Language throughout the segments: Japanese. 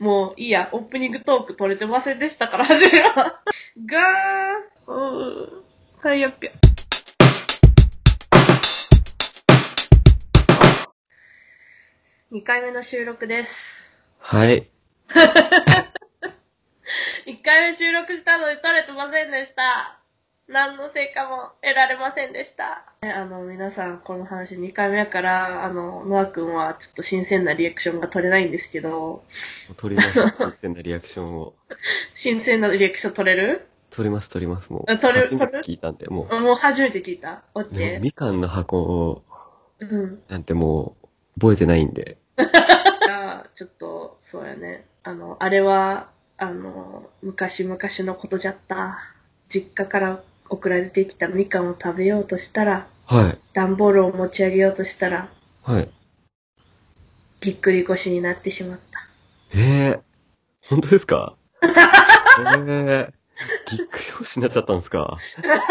もういいや、オープニングトーク取れてませんでしたから 始めよう。がーうー最悪や。2回目の収録です。はい。 1回目収録したのに取れてませんでした。何の成果も得られませんでした。ねあの、皆さん、この話2回目やから、あの、ノア君はちょっと新鮮なリアクションが取れないんですけど、取ります。取ってんだリアクションを。新鮮なリアクション取れる取ります、取ります、もう。あ取る初めて取る聞いたんで、ももう初めて聞いた。オッう。でケもみかんの箱を、ー。うん。なんてもう、覚えてないんで。じゃあ、ちょっと、そうやね。あの、あれは、あの、昔々のことじゃった。実家から送られてきたみかんを食べようとしたら、はい。段ボールを持ち上げようとしたら、はい。ぎっくり腰になってしまった。えー、本当です かえー、ぎっくり腰になっちゃったんですかしらじらしい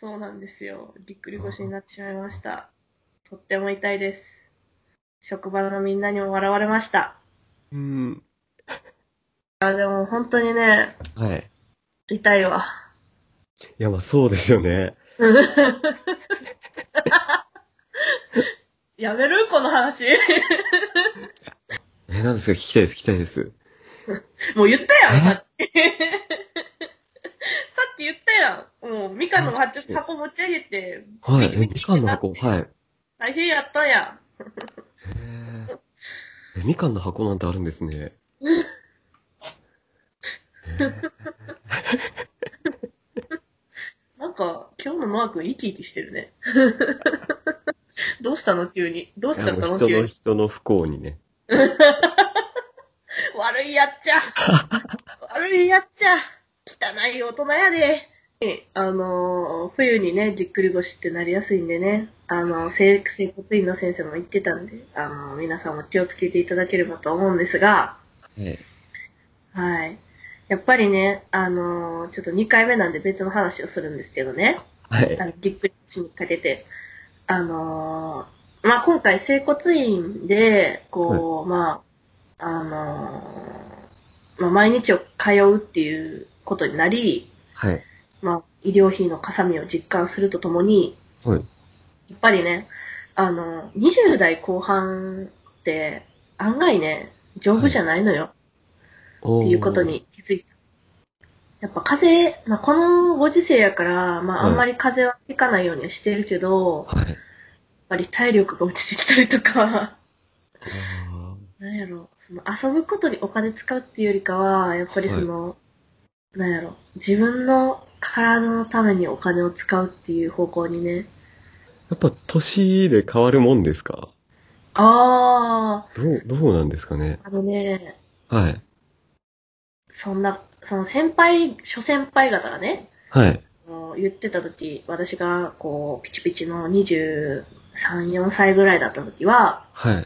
そうなんですよ。ぎっくり腰になってしまいました。とっても痛いです。職場のみんなにも笑われました。うん。あ、でも本当にね、はい。痛いわ。いや、まあそうですよね。 やめるこの話。え、なんですか聞きたいです、聞きたいです。もう言ったやん、さっき。 さっき言ったやん。もう、みかんの発注箱持ち上げて、はい。え、みかんの 箱、はい。大変やったやえー、えみかんの箱なんてあるんですね。ん。なんか、今日のマー君生き生きしてるね。 どうしたの急に。どうしちいゃやっもたうの人急のに。人の不幸にね。悪いやっちゃ。悪いやっちゃ。汚い大人やで。えあのー冬にね、じっくり腰ってなりやすいんでね、あのー、生生骨院の先生も言ってたんで、あのー皆さんも気をつけていただければと思うんですが、はい。はい。やっぱりね、あのーちょっと2回目なんで別の話をするんですけどね、はいあ。のぎっくり腰にかけて、あのーまあ、今回、整骨院で、こう、まあ、あのーまあ、毎日を通うっていうことになり、はい。まあ、医療費のかさみを実感するとともに、はい。やっぱりね、あのー20代後半って、案外ね、丈夫じゃないのよ。おっーていうこと。に気づいた。やっぱ風邪、まあ、このご時世やから、まあ、はあいんまり風邪はひかないようにはしてるけど、やっはい。ぱり体力が落ちてきたりとか、 あなんやろ、その遊ぶことにお金使うっていうよりかは、やっぱりその、なんやろ、自分の体のためにお金を使うっていう方向にね、ーやっぱ年で変わるもんですかあどう、どうなんですかねあ、あのね、はい。そんな、その先輩、諸先輩方がね、はい。あの言ってた時私がこうピチピチの234歳ぐらいだった時はは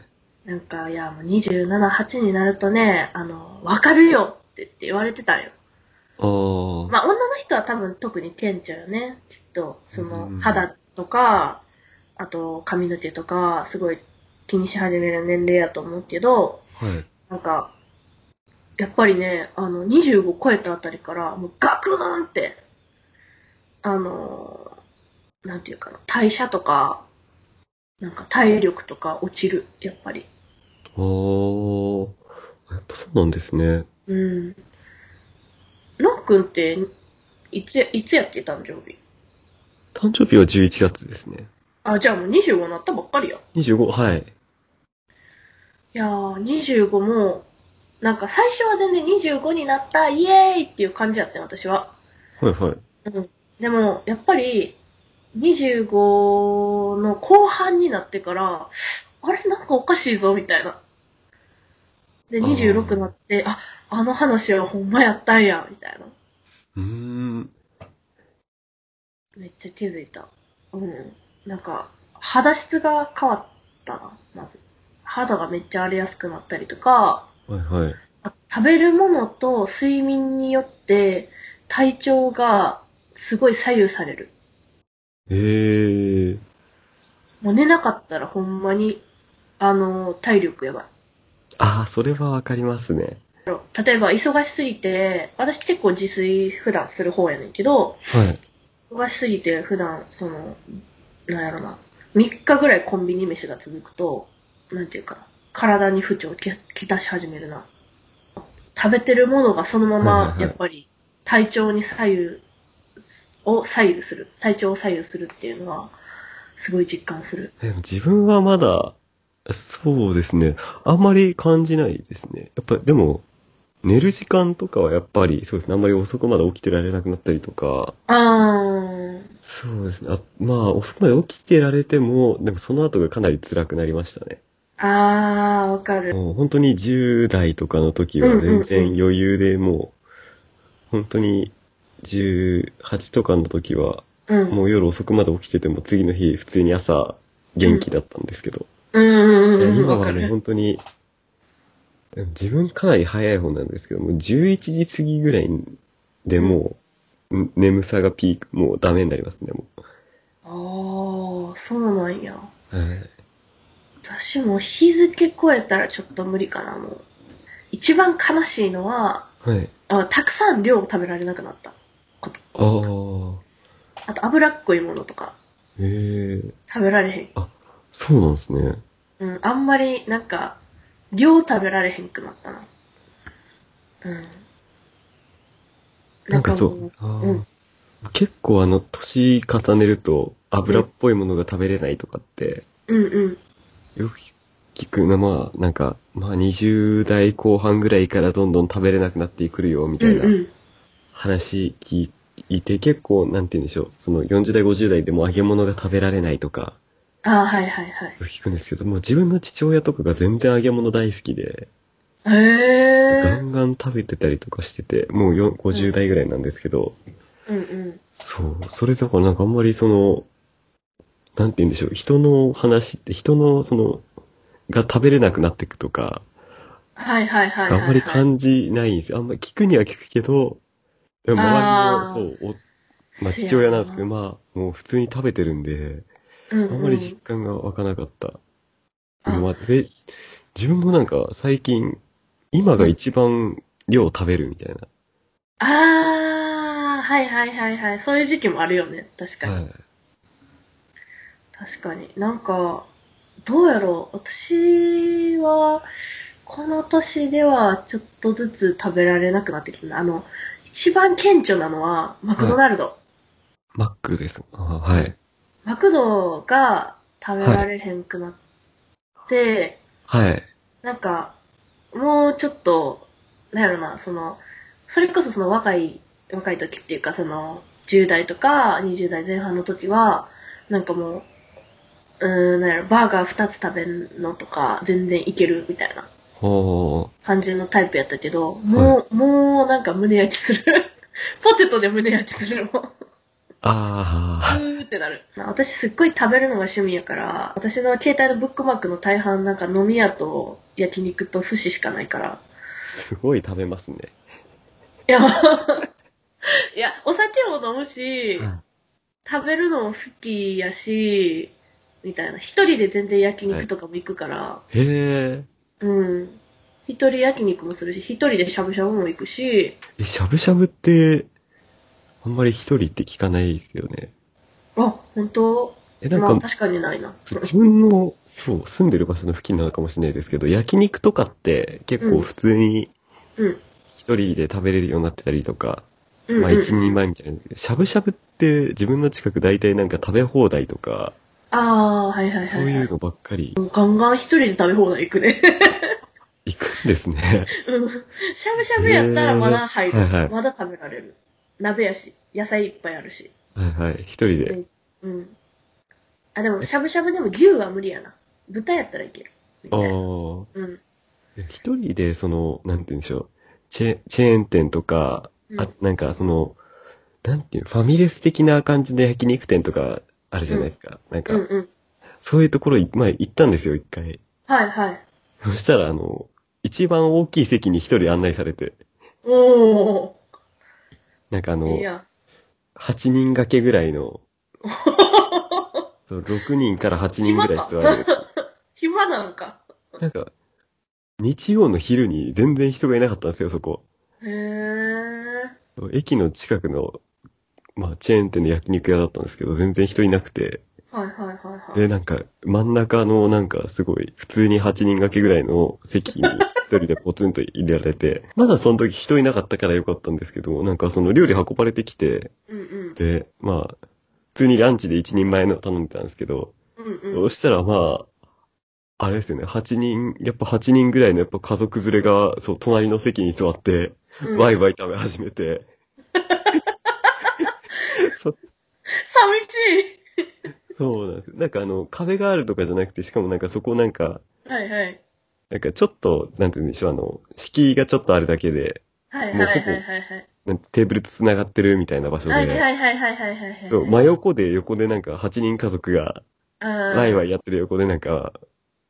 い。なんかいやもう278になるとねあのわかるよってって言われてたんよおー。まあ女の人は多分特に顕著よねきっとそのうん肌とかあと髪の毛とかすごい気にし始める年齢やと思うけどはい。なんかやっぱりねあの25超えたあたりからもうガクーンってあのーなんていうかな代謝とかなんか体力とか落ちるやっぱりおー。やっぱそうなんですね。うんロックンっていつやいつやっけ誕生日誕生日は11月ですね。あじゃあもう25になったばっかりや25、はい。いやー25もなんか最初は全然25になったイエーイっていう感じやったよ私ははいはい。でも、やっぱり、25の後半になってから、あれなんかおかしいぞ、みたいな。で、あー26になって、あ、あの話はほんまやったんや、みたいな。うーん。めっちゃ気づいた。うん。なんか、肌質が変わったな、まず。肌がめっちゃ荒れやすくなったりとか、はいはい。あ食べるものと睡眠によって体調がすごい左右される。えー。もう寝なかったらほんまにあの、体力やばい。ああ、それはわかりますね。例えば、忙しすぎて、私結構自炊普段する方やねんけど、はい。忙しすぎて普段、その、なんやろな、3日ぐらいコンビニ飯が続くと、なんていうかな、体に不調をききたし始めるな。食べてるものがそのまはいはいま、はいやっぱり、体調に左右す、を左右する。体調を左右するっていうのは、すごい実感する。でも自分はまだ、そうですね。あんまり感じないですね。やっぱ、でも、寝る時間とかはやっぱり、そうですね。あんまり遅くまで起きてられなくなったりとか、あー、そうですね。あまあ、遅くまで起きてられても、でもその後がかなり辛くなりましたね。あー、わかる。もう本当に10代とかの時うんはうんうん全然余裕でもう、本当に18とかの時は、うん。もう夜遅くまで起きてても次の日普通に朝元気だったんですけど、うんうんいうんやうん。今わかはもうる。本当に、自分かなり早い方なんですけど、もう11時過ぎぐらいでもう、ん眠さがピーク、もうダメになりますね、もあー、そうなんや。う。はい、私も日付超えたらちょっと無理かな、もう。一番悲しいのは、はい。あたくさん量を食べられなくなった。ああ、あと脂っこいものとかへえ、食べられへん。そうなんですね。うん、あんまりなんか、量食べられへんくなったな。うん。なんかそもう。あーうん結構あの、年重ねると油っぽいものが食べれないとかって、うんうん。よく聞くな、まあ、なんか、まあ20代後半ぐらいからどんどん食べれなくなってくるよ、みうたいんう。なん話聞いて、結構、なんて言うんでしょう、その40代、50代でも揚げ物が食べられないとか、ああ、はいはいはい。よく聞くんですけど、もう自分の父親とかが全然揚げ物大好きで、ガへえ。ンガン食べてたりとかしてて、もうよ50代ぐらいなんですけど、うんうん。そう。それだからなんかあんまりその、なんて言うんでしょう。人の話って、人のその、が食べれなくなっていくとか、はいはいはいはい、はい。あんまり感じないんですよ。あんまり聞くには聞くけど、でもあー周りの、そう、おまあ父親なんですけど、まあ、もう普通に食べてるんで、うんあうん、んまり実感が湧かなかった。あまあで、自分もなんか最近、今が一番量食べるみたいああ、はいはいはいはい。そういう時期もあるよね。確かな。に。はい。確かに。なんか、どうやろう。私は、この年ではちょっとずつ食べられなくなってきたな。あの、一番顕著なのは、マクドナルド。マックです。あはい。マクドが食べられへんくなって、はい。なんか、もうちょっと、なんやろな、その、それこそその若い、若い時っていうか、その、10代とか20代前半の時は、なんかもう、うーん、なんやろ、バーガー2つ食べるのとか、全然いけるみたいなほー。感じのタイプやったけど、もう、もうなんか胸焼きする。 ポテトで胸焼きするもん。あうーってなる。私すっごい食べるのが趣味やから、私の携帯のブックマークの大半なんか飲み屋と焼肉と寿司しかないから、あ、 すごい食べますね。いや、 いや、お酒も飲むし、食べるのも好きやし、みたいな。一人で全然焼肉とかも行くから、へえ。うん。一人焼肉もするし、一人でしゃぶしゃぶも行くし、え、しゃぶしゃぶって、あんまり一人って聞かないですよね。あ、本当え、なんまか、あ確かにないな。そう自分の、そう、住んでる場所の付近なのかもしれないですけど、焼肉とかって結う構ん普通にうん。一人で食べれるようになってたりとか、うん、うん。まあ一人前みたいな。しゃぶしゃぶって自分の近く大体なんか食べ放題とか、ああ、はいはいはい、はい。そういうのばっかりもうガンガン一人で食べ放題行くね。 行くんですね。 うん。しゃぶしゃぶやったらまだ入る。へーはいはいまだ食べられる。鍋やし、野菜いっぱいあるし。はいはい。一人で。うん。あ、でも、しゃぶしゃぶでも牛は無理やな。豚やったらいける。みあたいなあ。うん。一人で、その、なんて言うんでしょう。チェチェーン店とか、うんあ、なんかその、なんていうの、ファミレス的な感じで焼肉店とかあるじゃないですか。なんうんか、うん。そういうところ、前行ったんですよ、一回。はいはい。そしたら、あの、一番大きい席に一人案内されて、おなんかあー。のいい、や。 8人掛けぐらいの、そう6人から8人ぐらい座る。暇なんか。なんか、日曜の昼に全然人がいなかったんですよ、そこ。へー。駅の近くの、まあ、チェーン店の焼肉屋だったんですけど、全然人いなくて。はいはいはいはで、い。なんか、真ん中の、なんか、すごい、普通に8人掛けぐらいの席に一人でポツンと入れられて、まだその時人いなかったからよかったんですけど、なんかその料理運ばれてきて、うんうん。で、まあ、普通にランチで1人前の頼んでたんですけど、うんうそん。したらまあ、あれですよね、8人、やっぱ8人ぐらいのやっぱ家族連れが、そう、隣の席に座って、うんワイワイ食べ始 めて、そ寂しそうなんです。なんかあの、壁があるとかじゃなくて、しかもなんかそこなんか、い。はいはい。なんなんかちょっと、なんて言うんでしょう、あの、敷居がちょっとあるだけで、はいもうはいほはいぼはいはい。なんてテーブル繋がってるみたいな場所で、はいはいはいはいはいはいはい。そう真横で横でなんか8人家族が、ワはイい。ワイやってる横でなんか、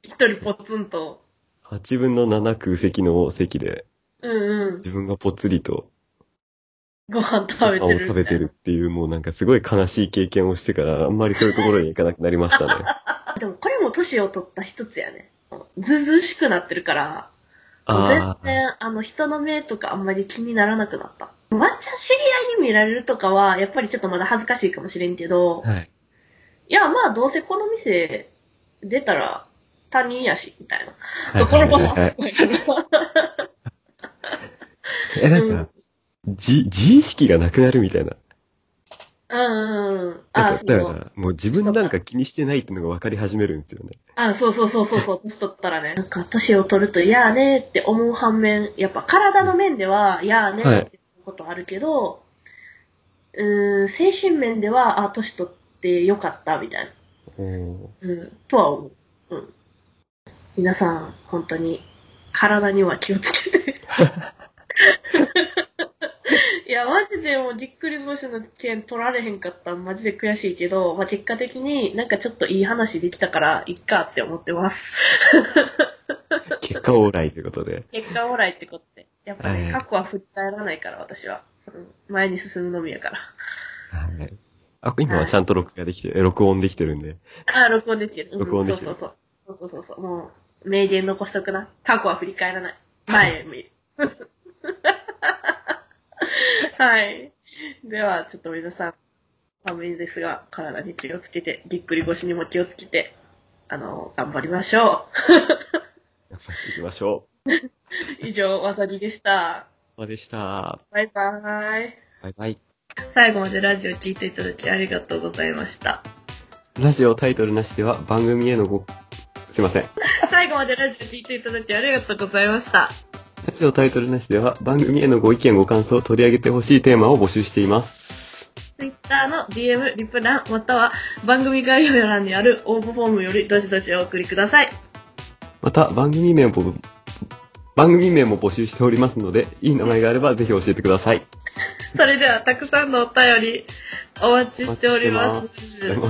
一人ポツンと。 8分の7空席の席で、うんうん。自分がぽっつりとご飯食べごて飯をる。食べてるっていう、もうなんかすごい悲しい経験をしてから、あんまりそういうところに行かなくなりました ね。でもこれも年を取った一つやね。ずずしくなってるから、全ああ、然、あの、人の目とかあんまり気にならなくなった。ワンチャン知り合いに見られるとかは、やっぱりちょっとまだ恥ずかしいかもしれんけど、はい。いや、まあ、どうせこの店出たら他人やし、みたいな。はいところもはい はいすごいけど。え、なんか、じ、自意識がなくなるみたいな。うんうんうん。なんあ、かそだかう。ら、もう自分なんか気にしてないってのが分かり始めるんですよね。あ、そうそうそうそうそう、年取ったらね。なんか、年を取ると嫌やねって思う反面、やっぱ体の面では嫌やねっていうことあるけど、うーん、精神面では、あ、年取ってよかった、みたいな。うん、とは思う。うん。皆さん、本当に、体には気をつけて。いや、マジでもう、ぎっくり腰の券取られへんかったらマジで悔しいけど、まあ、結果的になんかちょっといい話できたから、いっかって思ってます。結果オーライということで。結果オーライってことで。やっぱはね、い過去は振り返らないから、私は。うん前に進むのみやから。はい。あ、今はちゃんと録画できて、え録音できてるんで。あー、録音できてる。うん録音できてそうるそうそう。そうそうそうそう。もう、名言残しとくな。過去は振り返らない。前へ見る。はい。では、ちょっと皆さん、寒いですが、体に気をつけて、ぎっくり腰にも気をつけて、あの、頑張りましょやっぱり行きましょう。以上、わさぎでした。う。お疲れでした。バイバーイ。バイバイ。最後までラジオ聞いていただきありがとうございました。ラジオタイトルなしでは番組へのご、すいません。最後までラジオ聞いていただきありがとうございました。ラジオタイトルなしでは番組へのご意見ご感想を取り上げてほしいテーマを募集しています。 Twitter の DM、リプラン、または番組概要欄にある応募フォームよりどしどしお送りください。また番組名も、番組名も募集しておりますので、いい名前があればぜひ教えてください。それではたくさんのお便りお待ちしております。お待ち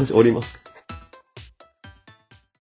しております。